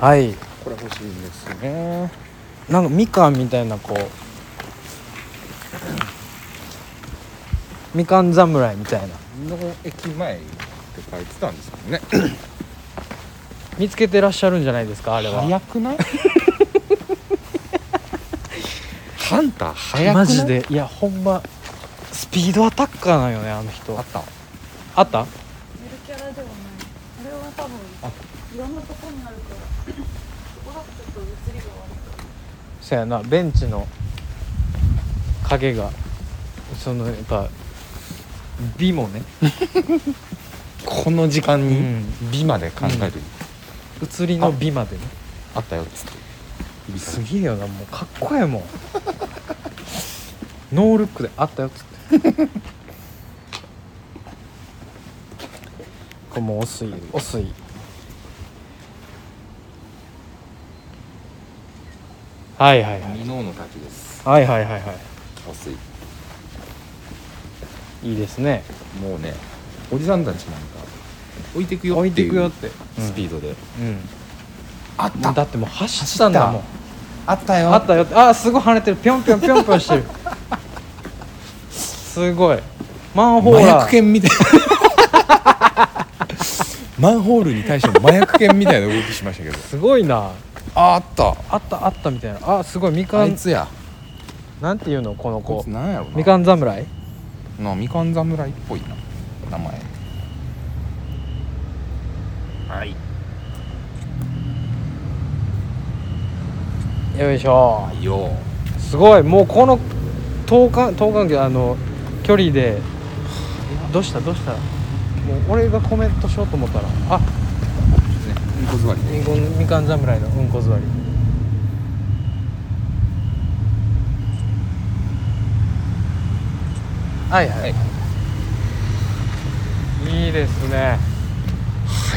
はいこれ欲しいんですねなんかみかんみたいなこうみかん侍みたいなの駅前って書いてたんですけどね見つけてらっしゃるんじゃないですかあれは早くない ハンター早くないマジでいやほんまスピードアタッカーなんよねあの人あったあったゆるキャラではないこれは多分あいろんなとこにあるからそこだとちょっと映りが悪そやなベンチの影がそのやっぱ美もねこの時間うにん美まで考える、う映りの美までねあったよっつって指さすしげえよなもうかっこええもん ノールックであったよっつって これもうお水お水はいはいはい箕面の滝ですはいはいはいはお水いいいですねもうねおじさんたちなんか置いてくよ置いってていいくよっうてスピードで、うんあもうだってもう走ったんだもんあったよあったよってあーすごい跳ねてるぴょんぴょんぴょんぴょんしてる すごいマンホー麻ラ薬ー犬みたい マンホールに対しての麻薬犬みたいな動きしましたけどすごいなああったあったあったみたいなあすごいみかあんいつやなんていうのこのこ子いつなんやろなみかん侍なみかん侍っぽいな名前はいよいしょよすごいもうこの等間等間距あの距離でどうしたどうしたもう俺がコメントしようと思ったらあねうんこ座りみこみかん侍のうんこ座りはいはい、はいいいですね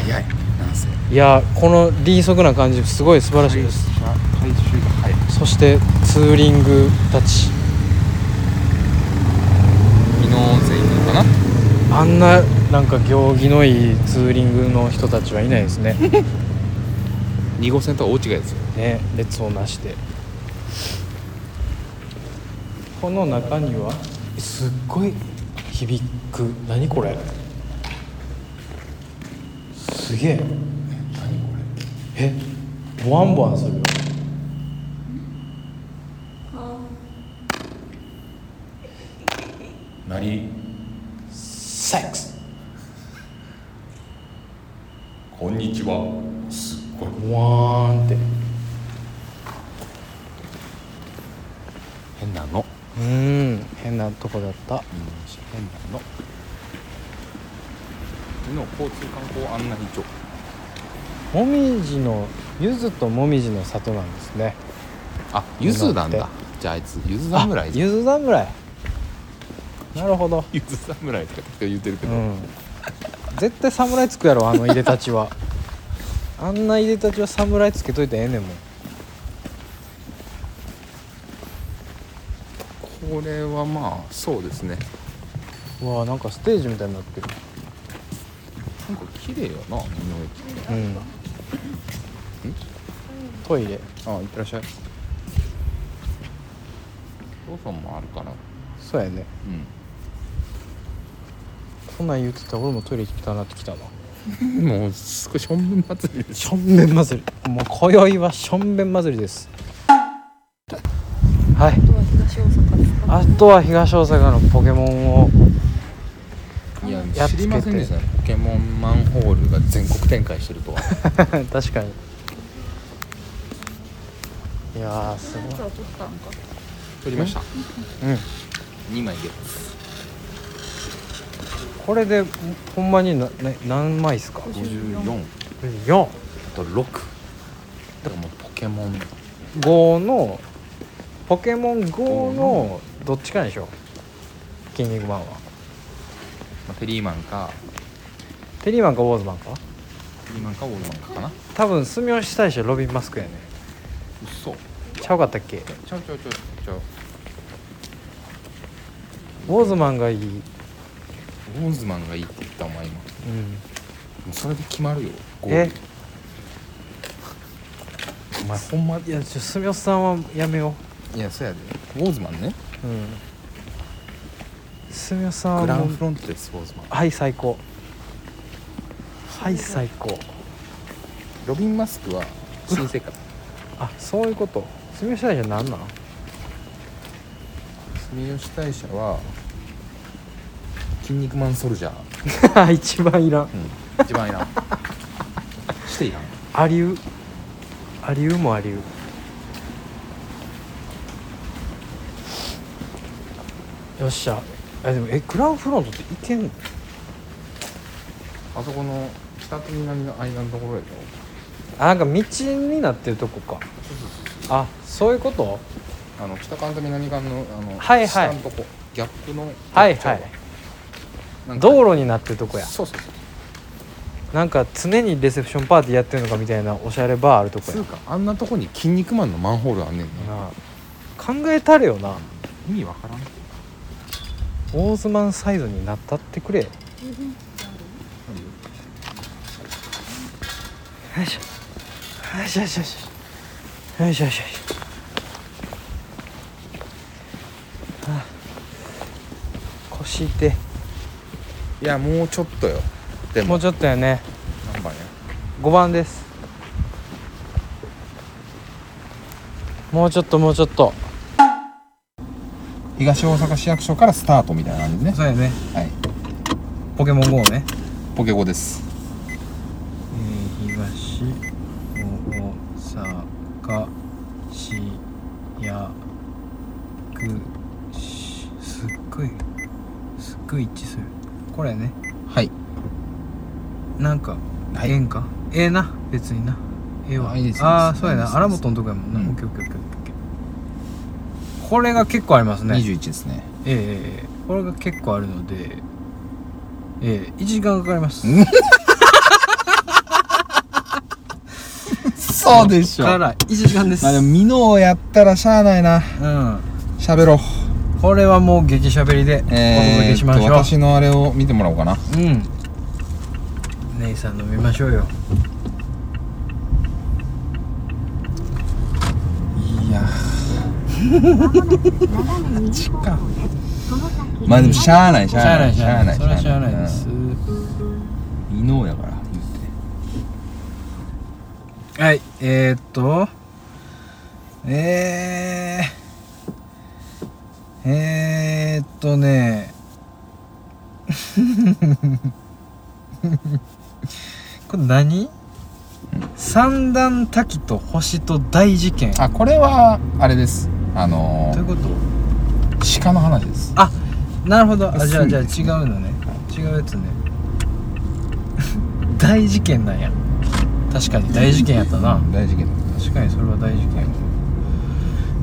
早いなんせいやこの迅速な感じすごい素晴らしいです、回収が早いそしてツーリングたち昨日温泉行くのかなあんななんか行儀のいいツーリングの人たちはいないですね2号線とは大違いですよね列をなしてこの中にはすっごい響く何これすげえ何これえボワンボワンするよなりセックスこんにちはすっごいワーンって変なのうん変なとこだった変なのの交通観光案内所もみじのゆずともみじの里なんですねあゆずなんなんだてじゃああいつゆず侍じゃんゆず侍なるほど、ゆず侍とか適当に言ってるけうど、ん、絶対侍つくやろあのいでたちは あんないでたちは侍つけといてええねんもんこれはまあそうですねうわなんかステージみたいになってるなんか綺麗よな美濃駅うんトイレあいってらっしゃいローソンもあるからそうやねうんこんなん言ってたら俺もトイレ行きたなってきたなもうすごいしょんべん祭りでししょんべん祭りもう今宵はしょんべん祭りですはいいあとは東大阪ですかあとは東大阪のポケモンをいややっつけ知てりませんでしたねポケモンマンホールが全国展開してるとは 確かにいやーすそごのいやつは取ったんか取りましたうん2枚ゲットこれでほんまになな何枚ですか54 4あと6だからもうポケモン5のポケモン GO のどっちかでしょキン肉マンはまあテリーマンかテリーマンかウォーズマンかテリーマンかオールマンかかな多分住吉大社ロビンマスクやね嘘ちゃうかったっけウちゃうちゃうちゃうちゃうォーズマンがいい、うん、ボーズマンがいいって言ったお前今もうそれで決まるよゴールえ前ほんまいやちょ住吉さんはやめよいやそうやでウォーズマンねううん住吉さんグラはもンうフロントですウォーズマンはい最高はい最高ロビン・マスクは新生活あそういうこと住吉大社何なん住吉大社は筋肉マンソルジャー、なん 一番いらんうん、一番いら んしていらんアリウアリウもアリウよっしゃあでもえクラウンフロントっていけんのあそこの北と南の間のところやけどあなんか道になってるとこかあそういうことあの北館と南館のあの、はいはい下のとこギャップのはいはいなんか道路になってるとこやそうそうそうなんか常にレセプションパーティーやってるのかみたいなおしゃれバーあるとこつやうかあんなとこに「筋肉マン」のマンホールあんねんななあ考えたれよな意味わからんオーズマンサイドになったってくれよいしょよいしょよいしょよいしょよいしょよいしょはあ腰痛いいやもうちょっとよでももうちょっとやね何番や5番ですもうちょっともうちょっと東大阪市役所からスタートみたいな感じねそうやねはいポケモン GO ねポケゴですえー、東大阪市やくしすっごいすっごい一致するこれねはいなんか、はいええんかええな別になええわあいいですあいいあですそうやいいでなす荒本のとこやもんな、うんオッケーオッケーオッケーオッケーこれが結構ありますね21ですねええええええこれが結構あるのでええ1時間かかりますそうでしから1時間ですまあでもミノをやったらしゃあないなうん喋ろうこれはもう激しゃべりでお届えけーしっまとしょう、私のあれを見てもらおうかなうん姉さん飲みましょうよいや斜め右方向です。その先まあでもしゃあないししゃあないそれはしゃあないです、ミノやから言ってはいえー、っとえー、えー、っとね これ何三段滝と星と大事件あこれはあれですあのというーこと鹿の話ですあなるほどあじゃあそうじゃあで違うのね違うやつね 大事件なんや確かに大事件やったな大事件確かにそれは大事件や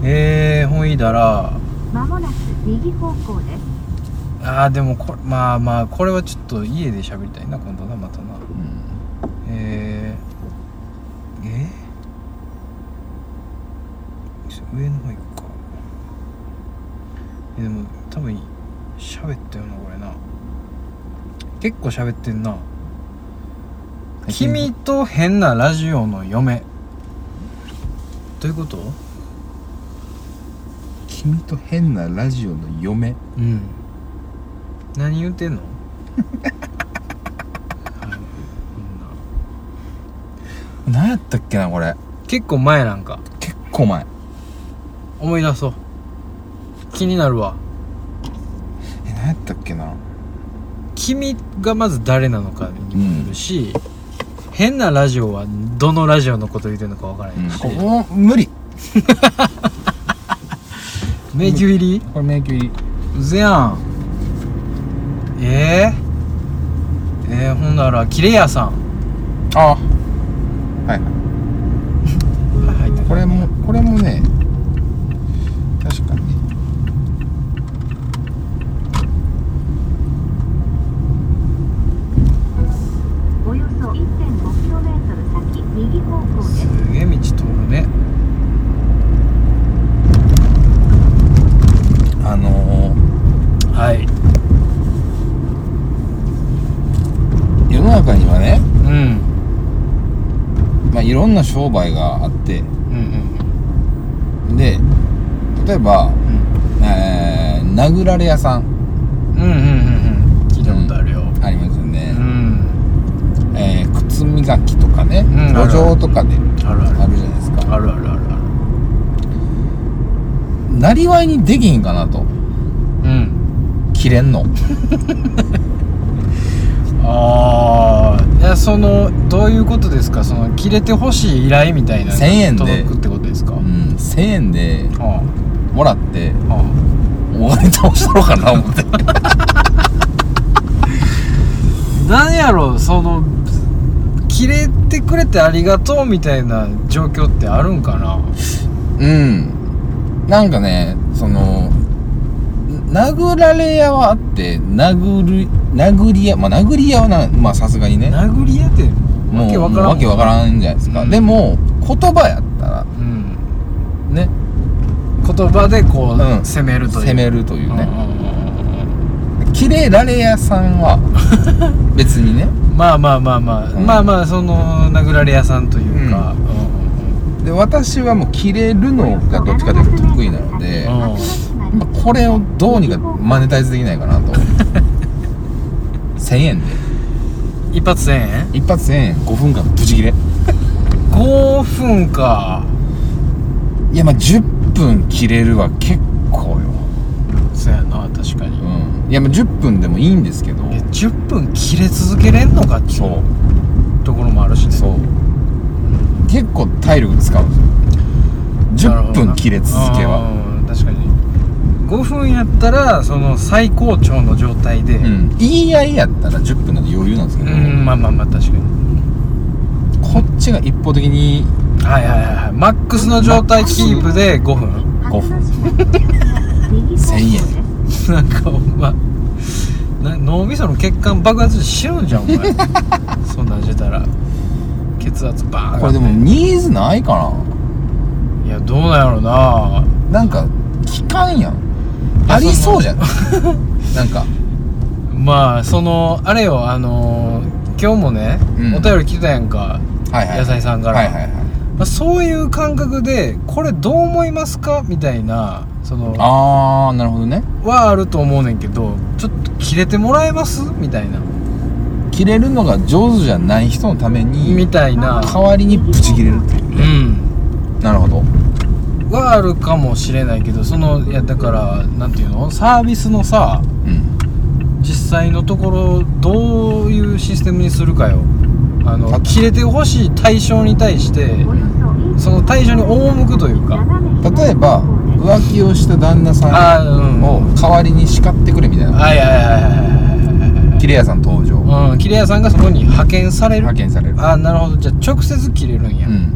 えー、本意だらまもなく右方向です。あーでもこれまあまあこれはちょっと家で喋りたいな今度なまたなうんえー、えー、上の方行くかえでも多分喋ったよなこれな結構喋ってんな「君と変なラジオの嫁」どういうこと君と変なラジオの嫁うん何言うてんのあのこんな何やったっけなこれ結構前なんか結構前思い出そう気になるわえ何やったっけな君がまず誰なのかにもよるし、変なラジオはどのラジオのこと言うてるのかわからうんないし、ここ無理迷宮入りこれ迷宮入りうぜやんえー、えー、ほんならキレイヤーさんあはいははいいこれもこれもね確かにねおよそ 1.5km 先右方向です。すげえ道通るねあのはいー世の中にはねうんまあいろんな商売があってうんで例えば、うんえー、殴られ屋さんうんうんうんうん聞いたことあるよありますようね、んえー靴磨きとかね、ん路上とかであるあるあるじゃないですかあるあるあるあるなりわいにできひんかなとうん切れんのああいやそのどういうことですかその切れてほしい依頼みたいなのが1000円で届くってことですか、うん、1000円であもらってあああお金倒したろうかな思ってなんやろうその切れてくれてありがとうみたいな状況ってあるんかなうんなんかねその殴られ屋はあって殴る殴り屋まあ殴り屋はなまあさすがにね殴り合ってもわけうわもかうらんわけわからんじゃないですか、うんでも言葉やったらうんね言葉でこう、うん攻めるという攻めるといううんうねんうんうん切れられ屋さ んは別にねまあまあまあまあ、うんまあまあその殴られ屋さんというか、うんで私はもう切れるのがどっちかというと得意なので、うんまあこれをどうにかマネタイズできないかな と1000円で一発1000円一発1000円5分間ブチ切れ5分かいやまあ10分切れるは結構よそうやな確かに、うんいやまあ10分でもいいんですけどえ10分切れ続けれんのかっていそうところもあるしうねそう結構体力使うんですよなるほ10どな分切れ続けはうん確かに5分やったらその最高潮の状態でう、ん言い合いやったら10分なんて余裕なんですけうど、んまあまあまあ確かにこっちが一方的にはいはいはいはいマックスの状態キープで5分 五分1000 1000円なんかお前な脳みその血管爆発して死ぬんじゃん お前そんなんしてたら血圧バーンこれでもニーズないかいやどうなんやろうなななんか聞かんやんいやありそうじゃんなんかまあそのあれよあのー今日もね、うんお便り来てたやんか、はいはい野菜さんから、はいはいはいまあ、そういう感覚でこれどう思いますかみたいなそのああなるほどねはあると思うねんけどちょっとキレてもらえますみたいな切れるのが上手じゃない人のためにみたいな代わりにブチ切れるってうんなるほどはあるかもしれないけどそのいやだからなんていうのサービスのさうん実際のところどういうシステムにするかよあの切れてほしい対象に対してその対象に赴くというか例えば浮気をした旦那さああうんんを代わりに叱ってくれみたいなはいはいはいはいはい切れ屋さん登場はいうん切れ屋さんがそこに派遣される派遣されるああなるほどじゃあ直接切れるんや、うん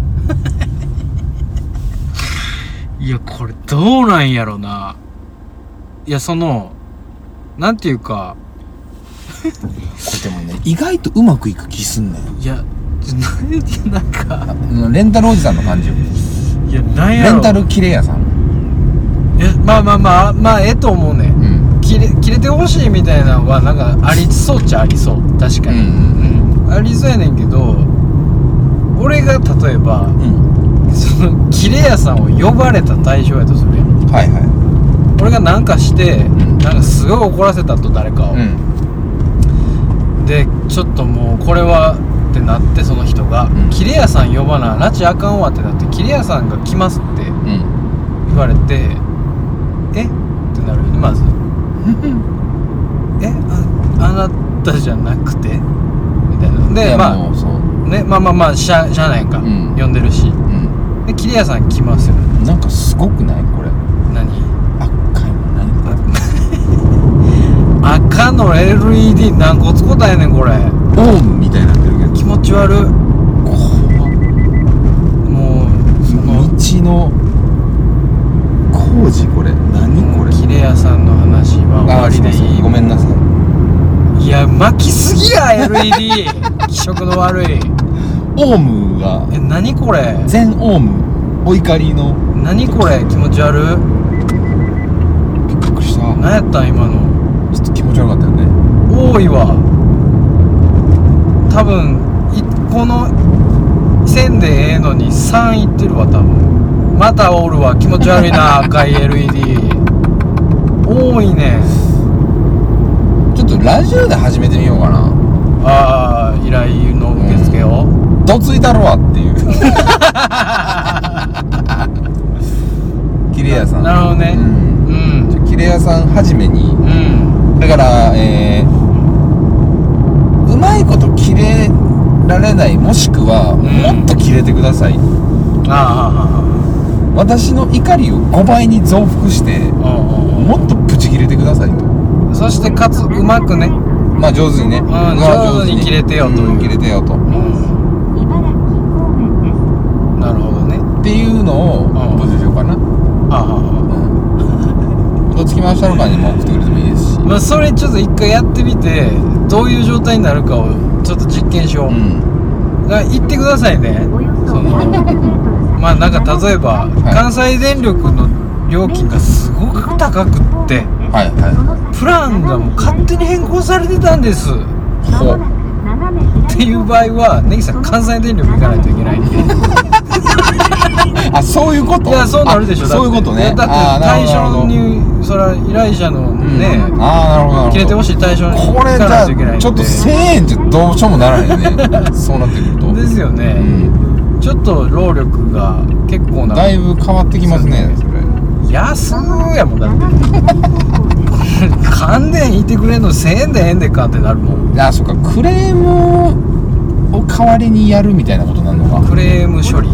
いやこれどうなんやろないやそのなんていうかこれでもね意外とうまくいく気すんのよいや ちょなんいやなんかうんレンタルおじさんの感じよいやなんやレろンタル切れ屋さんいやまあまあまあまあええと思うねんうん切れ切れてほしいみたいなのはなんかありそうっちゃありそう確かうに、んうんありそうやねんけど俺が例えばうんその切れ屋さんを呼ばれた対象やとするやんうんはいはい俺が何かして、んなんかすごい怒らせたと誰かを、うんでちょっともうこれはってなってその人が、ん切れ屋さん呼ばな拉致あかんわってなって切れ屋さんが来ますってうん言われてえってなるよねまずえああなたじゃなくてみたいない でやまもうそうあねまあまあまあしゃしゃあないか、うん呼んでるしうんで切れ屋さん来ますよなんかすごくないこれ何赤いの何これ赤の LED 何個つこたやねんこれオウムみたいになってるけど気持ち悪っもうその道の工事これ何これ切れ屋さんの話は終わりでいいごめんなさいいや巻きすぎや LED 気色の悪いオウムがえ何これ全オウムお怒りの何これ気持ち悪っびっくりした何やったん今のちょっと気持ち悪かったよね多いわ多分いこの線でええのに3いってるわ多分またおるわ気持ち悪い な赤い LED 多いねちょっとラジオで始めてみようかなああ依頼の受付を、どついたろわって いう切れ屋さんなるほどねうんうんちょ切れ屋さんはじめにうんだからえーうまいこと切れられないもしくは、んもっと切れてくださいあ私の怒りを5倍に増幅してあああうんもっとブチ切れてくださいとうんそしてかつうまくねまあ上手にね、んまあ上手に切れてよとうん切れてよとっ茨城方面です。なるほどねていうのんを募集しようかなあああうんどつきましたのかにも送ってくれてもいいですしあまあそれちょっと一回やってみてどういう状態になるかをちょっと実験しよう、うんだから言ってくださいねおよそその300メートル先。まあなんか例えば、い関西電力の料金がすごく高くってはいはプランがもう勝手に変更されてたんですっいほうていう場合は根岸さん関西電力行かないといけないんで あそういうこといやそうなるでしょあだってそういうことだっねてあーなる対ほど象なるほどにそれは依頼者のうんね、ああなるほどなるほど切れてほしい対象に行これかじないゃといけないんであちょっと1000円じゃどうしようもならない ねそうなってくるとですようね、んちょっと労力が結構なだいぶ変わってきますねそれ安やもんだって関電いてくれんの1000円でええんでかってなるもんあそっかクレームを代わりにやるみたいなことなのかクレーム処理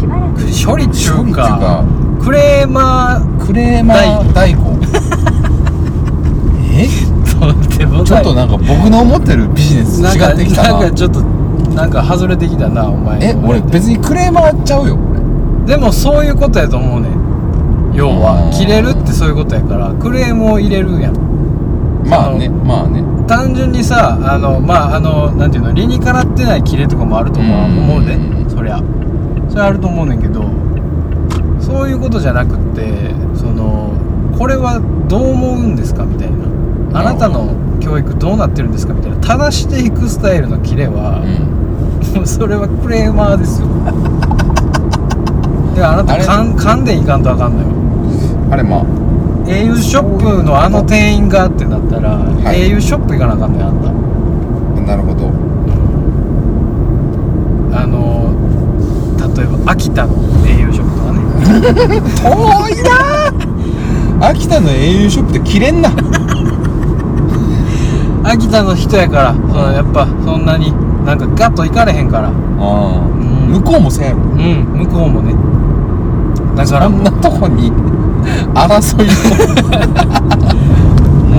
しばらく処理っちゅ処理っていううかかクレーマークレーマー 代行えとんでもないちょっとなんか僕の思ってるビジネスなん違かってきたななんかちょっとなんか外れてきたなお前え俺別にクレーマーちゃうよこれでもそういうことやと思うねん要うはん切れるってそういうことやからクレームを入れるやんまあねまあね単純にさあのまああのなんていうの理にかなってない切れとかもあると思ううん思うでそりゃそれはあると思うねんけどそういうことじゃなくってそのこれはどう思うんですかみたいなあなたの教育どうなってるんですかみたいな正していくスタイルのキレは、うんもう それはクレーマーですよ であなあたれかんかんでいかんとあかんのよあれまあ au ショップのあの店員がってなったら、い au ショップ行かなあかんのよあんなるほどたあの例えば秋田の au ショップとかね遠いなー秋田の au ショップで切れんな秋田の人やからそのやっぱそんなになんかガッと行かれへんからうあん向こうもせんやろん向こうもねだかあらんなとこに争いを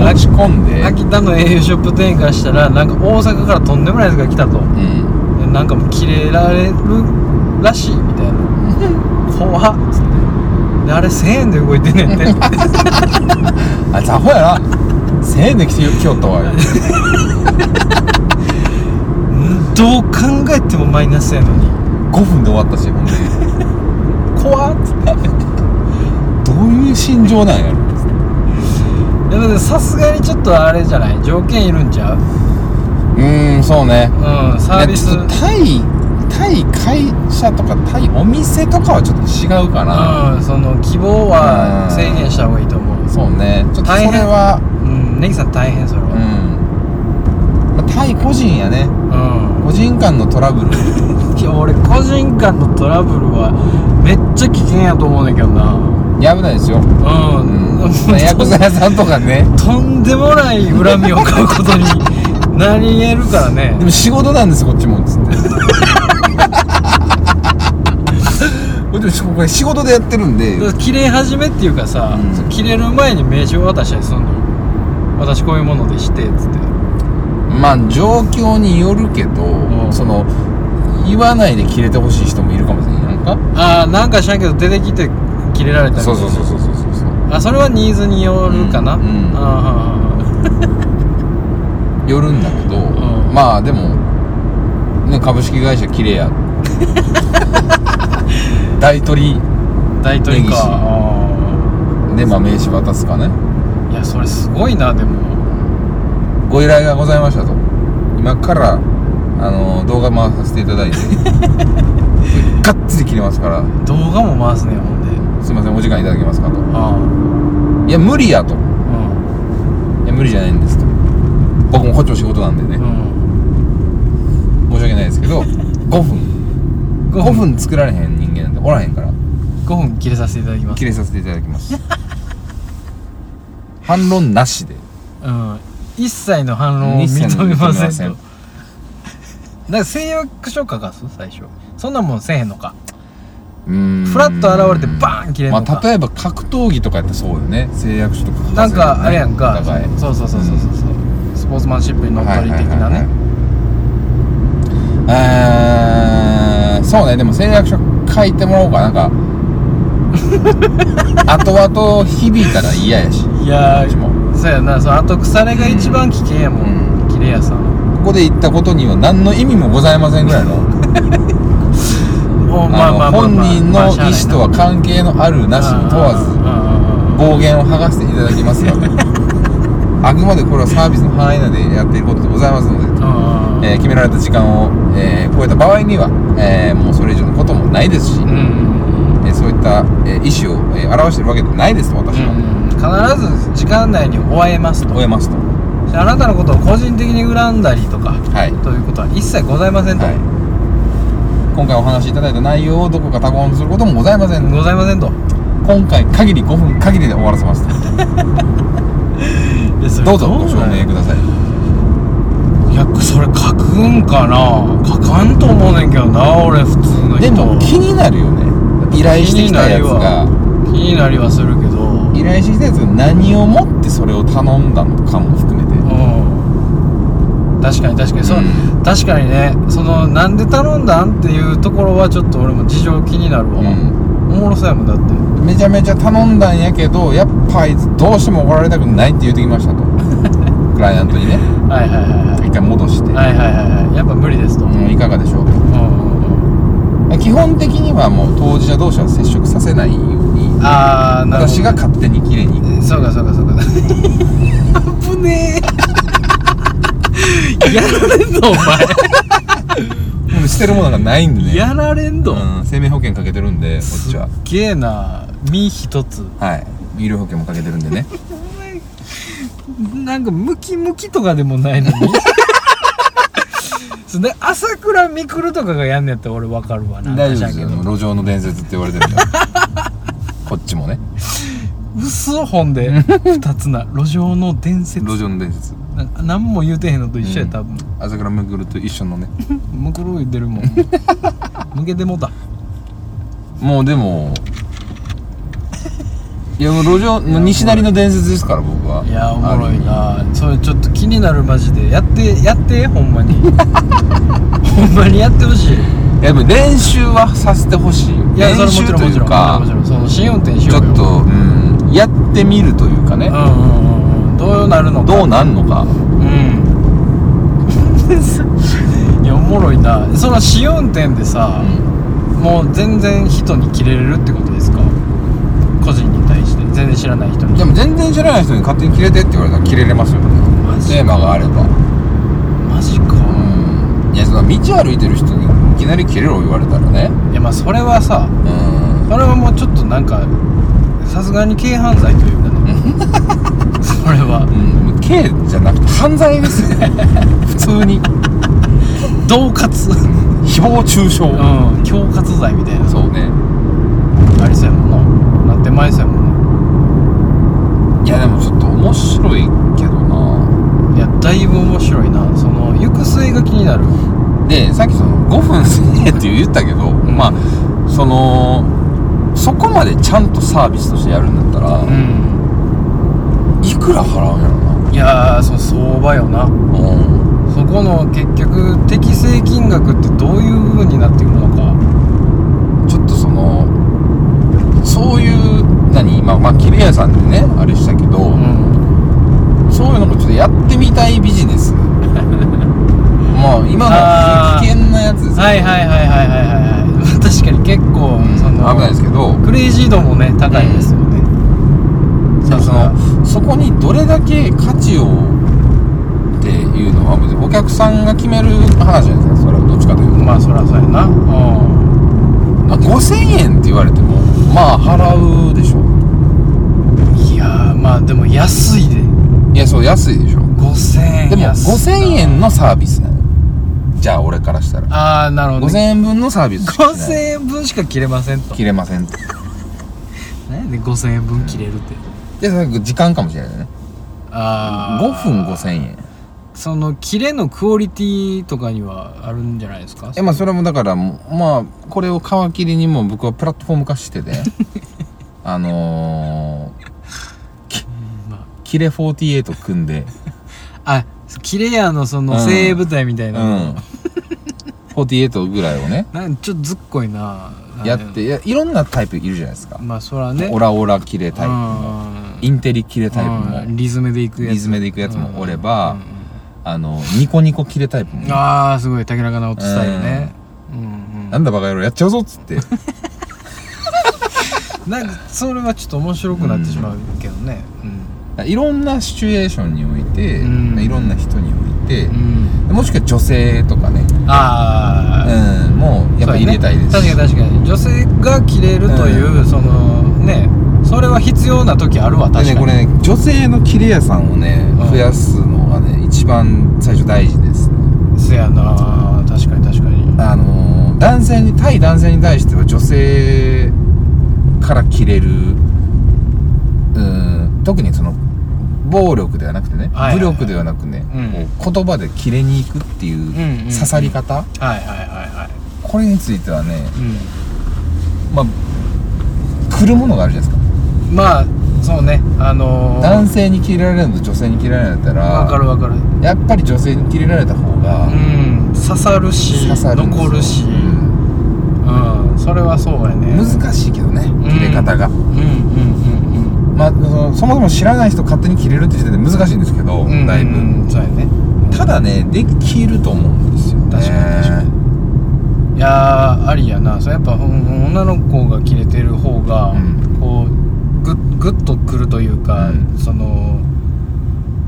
持ち込んで秋田の au ショップ店員からしたらなんか大阪からとんでもないやつが来たとうんでなんかもうキレられるらしいみたいな 怖っつってであれ1000円で動いてんねん ってあいつアホやな1000円で来てきよったわどう考えてもマイナスやのに5分で終わったしほんで怖っつってどういう心情なんやろいやだってさすがにちょっとあれじゃない条件いるんちゃううーんそうねうんサービスいやちょっと対対会社とか対お店とかはちょっと違うかな、うんその希望は制限した方がいいと思うそうねちょっとそ大変れはうんネギさん大変それうん、はまあ、対個人やねうん、個人間のトラブ ルいや俺個人間のトラブルはめっちゃ危険やと思うねんけどなう、やぶないですよ、うん ん、ヤクザ屋さんとかねとんでもない恨みを買うことに なり得るからねでも仕事なんですこっちもつってこっちも仕これ仕事 でやってるんで切れ始めっていうかさ、うん切れる前に名刺を渡したりするのよ私こういうものでしてっつってまあ状況によるけど、んその言わないで切れてほしい人もいるかもしれないなんかああなんか知らんけど出てきて切れられたりそうそうそうそうそうそうそうあそれはニーズによるかな、うんうんあよるんだけど、んまあでもね株式会社キレや 大取りあ大取り根か岸あでまあ名刺渡すかねーいやそれすごいなでもご依頼がございましたと今からあの動 画回させていただいてがっつり切れますから動画も回すねほんですいませんお時間いただけますかとあいや無理やとあうんいや無理じゃないんですと僕もこっちの仕事なんでねうん申し訳ないですけど5分5 5分分作られへん人間なんておらへんから5分切れさせていただきます切れさせていただきます反論なしでうん一切の反論を認めませんと一切の認めませんだから誓約書書かす最初そんなもんせえへんのかうーんフラッと現れてバーン切れるのかまあ、例えば格闘技とかやったらそうよね誓約書とか書かせるよねなんかあれやんおか互いそうそうそうそうそうそうスポーツマンシップにのっはといりはい的はいなはいねえーそうねでも誓約書書いてもらおうかな んか後々響いたら嫌やしこいやっちもーそうやなそうあと腐れが一番危険やもん、う切れ屋さんこで言ったことには何の意味もございませんぐらいのもうあの本人の意思とは関係のあるなし問わずず暴言を吐かせていただきますよ あくまでこれはサービスの範囲内でやっていることでございますので、えー決められた時間を、えー超えた場合には、えーもうそれ以上のこともないですし、うんえーそういった、えー意思を、えー表してるわけではないですと私は、うん必ず時間内に終えますと終えますとあなたのことを個人的に恨んだりとかはい、ということは一切ございませんと、はい、今回お話しいただいた内容をどこか他言することもございませんございませんと今回限り5分限りで終わらせますどうぞご証明くださいいやそれ書くんかな書かんと思うねんけどな俺普通の人でも気になるよね依頼してきたやつが気になりはするけど依頼してきたやつが何をもってそれを頼んだのかも含めてうん確かに確かにそ、うう確かにねそのなんで頼んだんっていうところはちょっと俺も事情気になるわ、うおもろそうやもんだってん、めちゃめちゃ頼んだんやけどやっぱあいつどうしても怒られたくないって言ってき ましたとクライアントにねはいはいはいはい一回戻して、はいはいはいはいやっぱ無理ですと、うん、いかがでしょううん基本的にはもう当事者同士は接触させないようにああなるほど私が勝手に綺麗にそうかそうかそうか危ねえ やられんのおもう捨てるものがないんでね前やられんの、うん、生命保険かけてるんでこっすちっはげえな身一つはい医療保険もかけてるんでねなんかムキムキとかでもない のにそれで朝倉未来とかがやんねやったら俺わかるわな大丈夫で知すらよんけど路上の伝説って言われてるから こっちもね嘘本で二つな路上の伝説路上の伝説な何も言うてへんのと一緒やうん多分朝倉未来と一緒のねむくろ言ってる もん向けてもうたもうでもいやもう路上もう西成の伝説ですから僕はいやおもろいなそれちょっと気になるマジでやってやってほん まにほんまにやってほしいいやでも練習はさせてほしいよいやそれ練も習ちろんともいちろうんかもちろんもちろんその新運転しちよょうよっと、うん、やってみるというかねうんうんうんうんどうなるのかどうなんのかうん いやおもろいなその試運転でさ、もう全然人にキレれるってことですか個人に対して全然知らない人にでも全然知らない人に勝手にキレてって言われたらキレれますよねマジテーマがあればマジうかんいやその道歩いてる人にいきなりキレろ言われたらねいやまあそれはさうんそれはもうちょっとなんかさすがに軽犯罪というかね それはうん、もう刑じゃなくて犯罪ですよ 普通に恫喝誹謗中傷、うん恐喝罪みたいなそうねありそうやもんななってまいそうやもんないやでもちょっと面白いけどないやだいぶ面白いなその行く末が気になるでさっきその5分すねって言ったけど、んまあそのそこまでちゃんとサービスとしてやるんだったら、んいくら払うんやろないやーその相場よなうんそこの結局適正金額ってどういう風になってくるのかちょっとそのそういう何まあまあ切れ屋さんでねあれしたけど、んそういうのもちょっとやってみたいビジネ スまあ今あのー危険なやつですはいはいはいはいはいはい確かに結構、うんその危ないですけどクレイジー度もね高いですよね、じゃあそのそこにどれだけ価値をっていうのは別にお客さんが決める話じゃないですかそれはどっちかというと、まあそらそうやなうんまあ、5000円って言われてもまあ払うでしょいやーまあでも安いでいやそう安いでしょ5000円でも安いな5000円のサービスなのじゃあ俺からしたらああなるほど、 5000ね、円分のサービスしかし5000ない円分しか切れませんと切れませんと何やねん5000円分切れるって、で最後時間かもしれないねああ5分5000円その切れのクオリティとかにはあるんじゃないですかえまあそれもだからもうまあこれを皮切りにもう僕はプラットフォーム 化しててあのー、まキレ48組んでああ切れ屋のそのうん精鋭部隊みたういんな、 48ぐらいをねなんかちょっとずっこいなやっていやいろんなタイプいるじゃないですか、まあそらねオラオラキレタイプもうんインテリキレタイプもうんリズムでいくやつリズムでいくやつもおればうんうんあのニコニコキレタイプもうんああすごい竹中直人スタイルねうんうんなんだバカ野郎やっちゃうぞっつって なんかそれはちょっと面白くなってしまうけどねいろんなシチュエーションにおいて、うんいろんな人において、うん、うんもしくは女性とかね、ああ、うん、もうやっぱ入れたいですそうやね、確かに確かに女性が着れるという、そのねそれは必要な時あるわ確かでにねこれね女性の切れ屋さんをねうん増やすのがね一番最初大事ですせやな確かに確かにあのー男性に対男性に対しては女性から切れるうん特にその暴力ではなくてね、はいはいはい武力ではなくね、うんこう言葉で切れに行くっていうんうんうん刺さり方、はいはいはいはいこれについてはねうまあ来るものがあるじゃないですかんまあそうねあのー、男性に切れられるのと女性に切れられるのだったわからるわかるやっぱり女性に切れられた方がうん刺さるし刺さるんですよ残るし、うんうん、それはそうやね難しいけどね切れ方が、うんうんうんまあ、そのそもそも知らない人勝手に切れるって時点で難しいんですけど、うんうんだいうんぶうんそうやねただねできると思うんですよね確かに確かにいやーありやなそうやっぱうん女の子がキレてる方が、うんこうグッグッとくるというか、うんその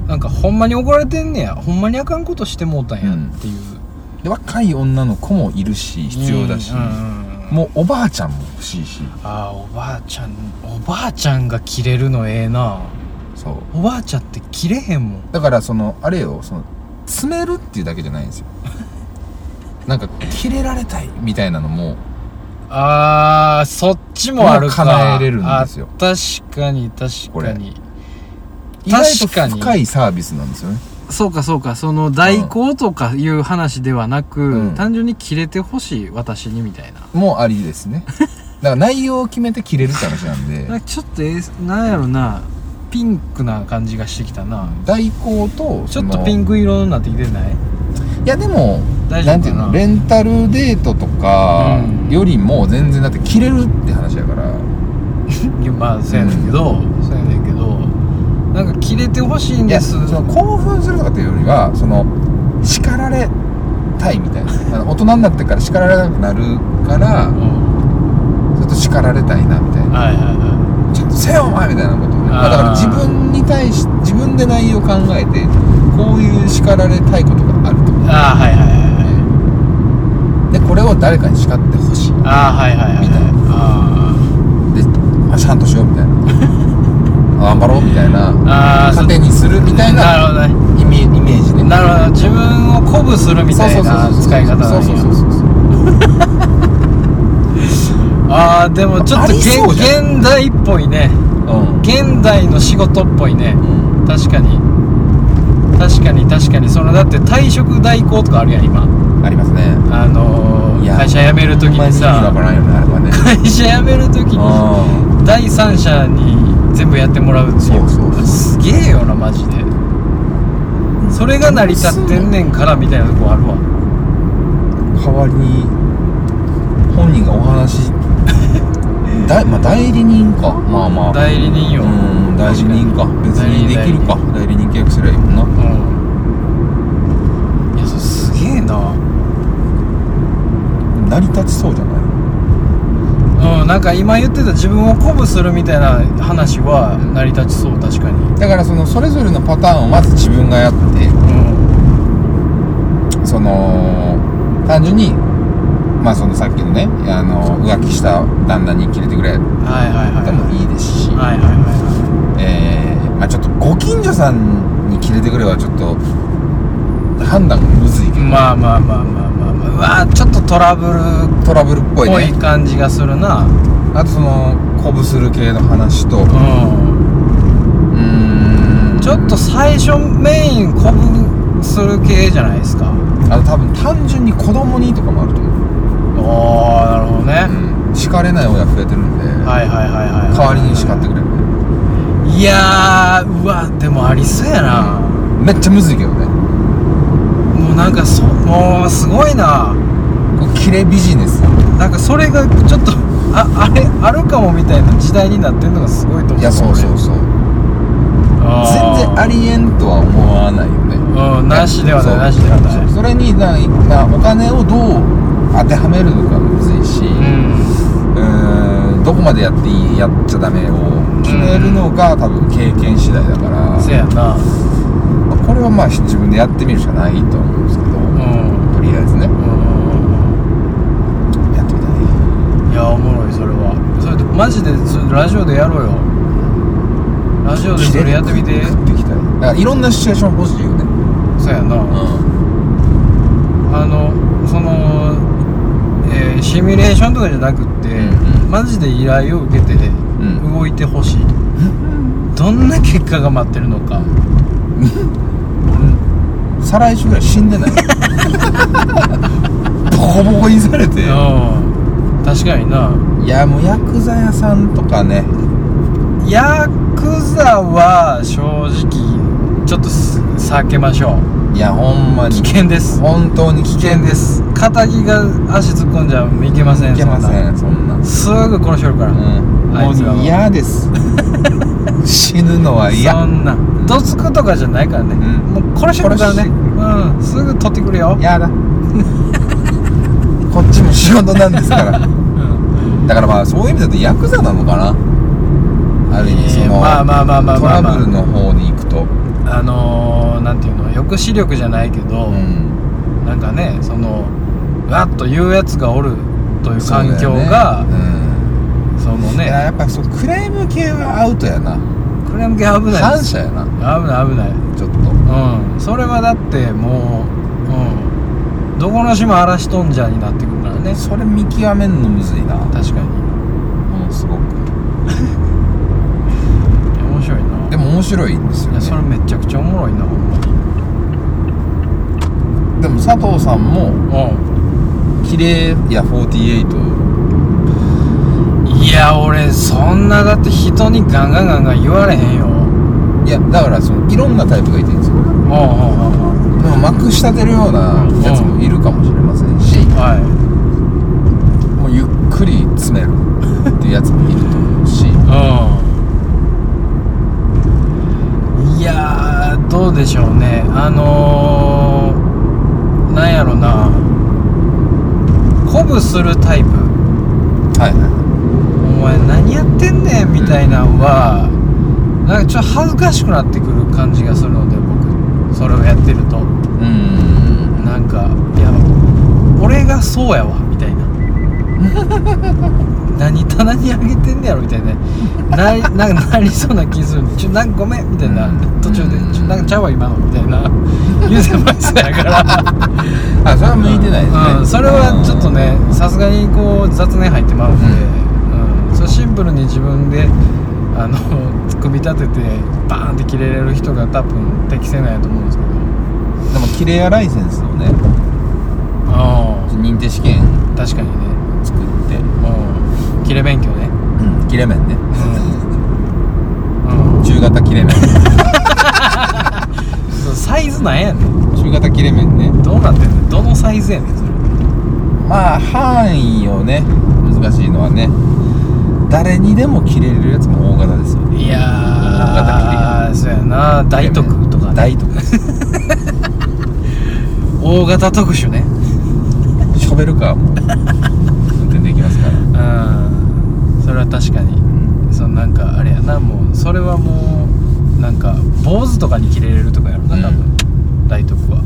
なんかほんまに怒られてんねやほんまにあかんことしてもうたんやっていう、で若い女の子もいるし必要だし、うんうんうんもうおばあちゃんも欲しいしあーおばあちゃんおばあちゃんがキレるのええなそうおばあちゃんってキレへんもんだからそのあれよその詰めるっていうだけじゃない んですよなんか切れられたいみたいなのもあーそっちもあるかもう叶えれるんですよあ確かに確こかれに意外と確かに深いサービスなんですよねそうかそうかその代行とかいう話ではなく、うん単純に切れてほしい私にみたいなもうありで すねだから内容を決めて切れるって話なんでなんかちょっとええなんやろなピンクな感じがしてきたな代行とちそょっのとピンク色になってきてないいやでも大丈夫かななんていうのレンタルデートとかうんよりも全然だって切れるって話だから、いやまあそうやねんけど、そうやねんけどなんか切れてほしいんいやですその興奮するとかっていうよりはその叱られたいみたいなあの大人になってから叱られなくなるからうんちょっと叱られたいなみたいなはいはいはちょっとせよお前みたいなことをねあーまあ、だから自分に対し自分で内容を考えてこういう叱られたいことがあるといああはいはいはいはいでこれを誰かに叱ってほしいああはいはいはいみたいなあで、まあ、ちゃんとしようみ たいな頑張ろうみたいなああーそう糧にするみたいななるほどねイメイメージでなるほど自分を鼓舞するみたいな使い方なんそやうそうそうそうそうああでもちょっとあり現そうじゃ現代っぽいねうん現代の仕事っぽいね確かに確かに確かにそのだって退職代行とかあるやん今うんありますねあのいー、や会社辞める時ほんまにに意味わさからんよねあれはね会社辞める時にう第三者に全部やってもらうっていうそうそうそうすげえよなマジでんそれが成り立ってんねんからみたいなとこあるわ代わりに本人が お話だまあ代理人かまあまあ代理人ようん代理人か別にできるか代理人契約すればいいもんなうんいやそれすげえな成り立ちそうじゃないうんなんか今言ってた自分を鼓舞するみたいな話は成り立ちそう確かにだからそのそれぞれのパターンをまず自分がやってうんその単純にまあそのさっきのねあの浮気した旦那にキレてくれはいはいはいでもいいですし、はいはいはえーまあちょっとご近所さんにキレてくれはちょっと判断がむずいけいど、まあまあまあまあまあまあうわちょっとトラブルっトラブルっぽぽいねい感じがするなあとその鼓舞する系の話とううんーんちょっと最初メイン鼓舞する系じゃないですかあと多分単純に子供にとかもあると思う、ああなるほどね、うん、叱れない親増えてるんで、はいはいはいはい代わりに叱ってくれるいやーうわでもありそうやなめっちゃむずいけどねもうなんかそもうすごいなこうキレビジネスなんかそれがちょっとああれあるかもみたいな時代になってるのがすごいと思ういいやそうそうそう全然ありえんとは思わないよねうんなしではなそいうなしではないそうそれにななお金をどう当てはめるのかむずいし、うんうーんどこまでやっていいやっちゃダメを決めるのが多分経験次第だから、せやなまあこれはまあ自分でやってみるしかないと思うんですけど、うんとりあえずねうんやってみたいやおもろいそれはそれでマジでそれラジオでやろうよラジオでいそれやってみて食ってきたいだからいろんなシチュエーション欲しいよねそうやな、うあのその、えーシミュレーションとかじゃなくって、うんうんマジで依頼を受けてん動いてほしい、どんな結果が待ってる のか再来週ぐらい死んでないボコボコにされてうん確かにないやもうヤクザ屋さんとかねヤクザは正直ちょっとす避けましょういやほんまに危険です本当に危危険険です肩木が足突っ込んじゃいけませんいけまそせなんそんなすぐ殺しよるから、うんあもいつらはう嫌です 死ぬのは嫌そんなどつくとかじゃないからね、うもう殺しよるからね殺しうんすぐ取ってくれよ嫌だこっちも仕事なんですからだからまあそういう意味だとヤクザなのかなある意味そえーのまあまあまあまあトまあラまあブルの方に行くとあのー、なんていうの抑止力じゃないけど、うんなんかねそのわっと言うやつがおるという環境がそそ,、うだよねのうんいねややっぱそうクレーム系はアウトやなクレーム系危ないで反す射やな危ない危ないちょっうんそれはだってもう、うん、どこの島荒らしとんじゃになってくるからねとそれ見極めんのむずいな確かにうんすごく面白いなでも面白いんですよいやねそれめちゃくちゃおもろいなほんまにでも佐藤さんもう綺麗いや48んいや俺そんなだって人にガンガンガンガン言われへんよいやだからそのいろんなタイプがいてるんですよでうんうんうんうんもまくしたてるようなやつもいるかもしれませんしはいもうゆっくり詰めるっていうやつもいると思うしうんいやーどうでしょうねあのー、なんやろな鼓舞するタイプはいはお前何やってんねんみたいなのは、なんかちょっと恥ずかしくなってくる感じがするので僕それをやってるというんなんかいや俺がそうやわみたいな 何棚にあげてんねやろみたいななりなんかなりそうな気するんでちょなんかごめんみたいなうん途中でうんちょなんかちゃうわ今のみたいな言うてましたからあそれは向いてないですね、うん、それはちょっとねさすがにこう雑念入ってまうんで、うんそれシンプルに自分であの 組み立ててバーンって切れれる人が多分適正なんやと思うんですけどうんでも綺麗やライセンスをねあ認定試験あ確かにね作ってうん切れ勉強ねうん切れ面ねうん、中型切れ面そうサイズなんやねん 中型切れ面ねどうなってんねんどのサイズやねんそれまあ範囲をね難しいのはね誰にでも切れれるやつも大型ですよねいやーそうやな大特とか、ね、大とか大型特殊ねショベル カーも運転できますから、うんそれは確かにそのなんかあれやなもうそれはもうなんか坊主とかに切れれるとかやろな多分、大特は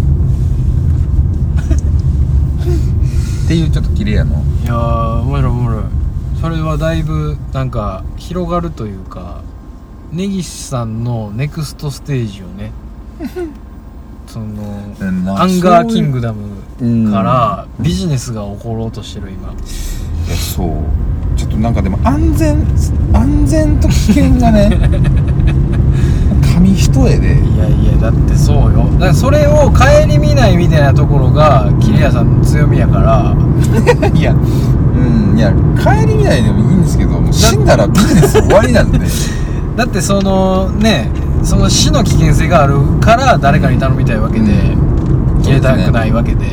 っていうちょっと綺麗やのいやーおもろいおもろいそれはだいぶなんか広がるというか根岸さんのネクストステージを ねそのアンガーキングダムからビジネスが起ころうとしてる今いやそうちょっとなんかでも安全安全と危険 がね紙一重いで やいやだってそうよだからそれを顧みないみたいなところが桐谷さんの強みやからいやうんいや帰り見ないでもいいんですけどもう死んだらビジネス終わりなんでだってそのねその死の危険性があるから誰かに頼みたいわけで、ん消えたくないわけで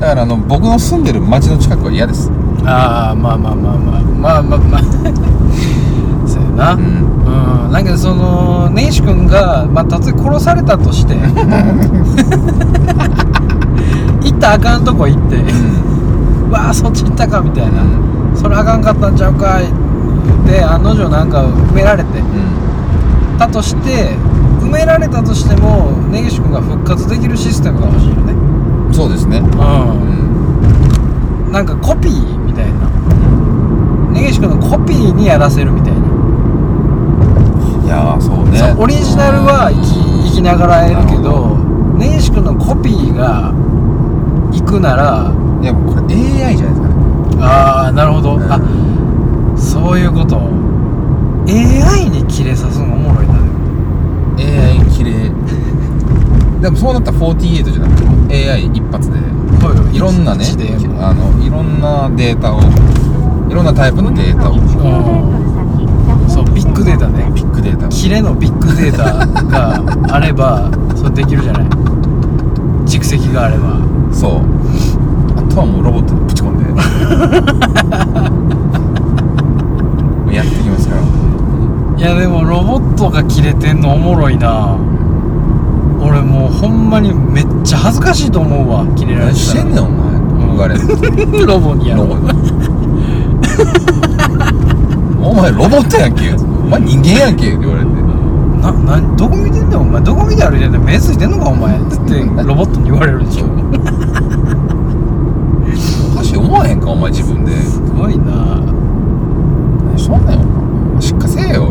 だからあの僕の住んでる町の近くは嫌ですああまあまあまあまあまあまあまあ そうやなううん、んなんかその根岸君が、まあ、たとえ殺されたとして行ったらあかんとこ行ってわあそっち行ったかみたいな、それあかんかったんちゃうかいで案の定なんか埋められてうんたとして埋められたとしても根岸君が復活できるシステムが欲しいよねそうですねううんんなんかコピーみたいな根岸君のコピーにやらせるみたいないやーそうねそうオリジナルは生き生きながらえるけなるど根岸君のコピーが行くならいやもうこれ AI じゃないですかねああなるほど、うんあそういうこと AI にキレさすのおもろいなでも AI 綺麗でもそうなったら48じゃなくてもう AI 一発でそうよいろんなね一であのいろんなデータをいろんなタイプのデータをそそうビッグデータねビッグデータをキレのビッグデータがあればそれできるじゃない蓄積があればそうあとはもうロボットにぶち込んで もうやってきますからいやでもロボットがキレてんのおもろいな俺もうほんまにめっちゃ恥ずかしいと思うわキレられ何てしたてらんねんお前憧れロボにやろロうボットお前ロボットやんけお前人間やんけって言われてななどこ見てんねんお前どこ見て歩いてんねん目ついてんのかお前つってロボットに言われるで しょおかしい思わへんかお前自分ですごいな何しとんねんお前しっかせえよ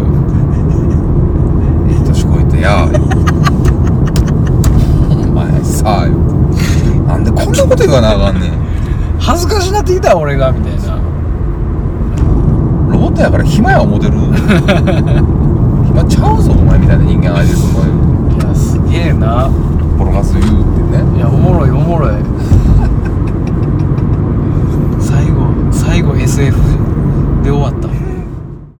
いい年こいてやお前さあよなんでこんなこと言わなあかんねん恥ずかしなってきた俺がみたいなロボットやから暇や思てる暇ちゃうぞお前みたいな人間相手すんのいやすげえなボロカス言うってねいやおもろいおもろい最後最後 SF で終わった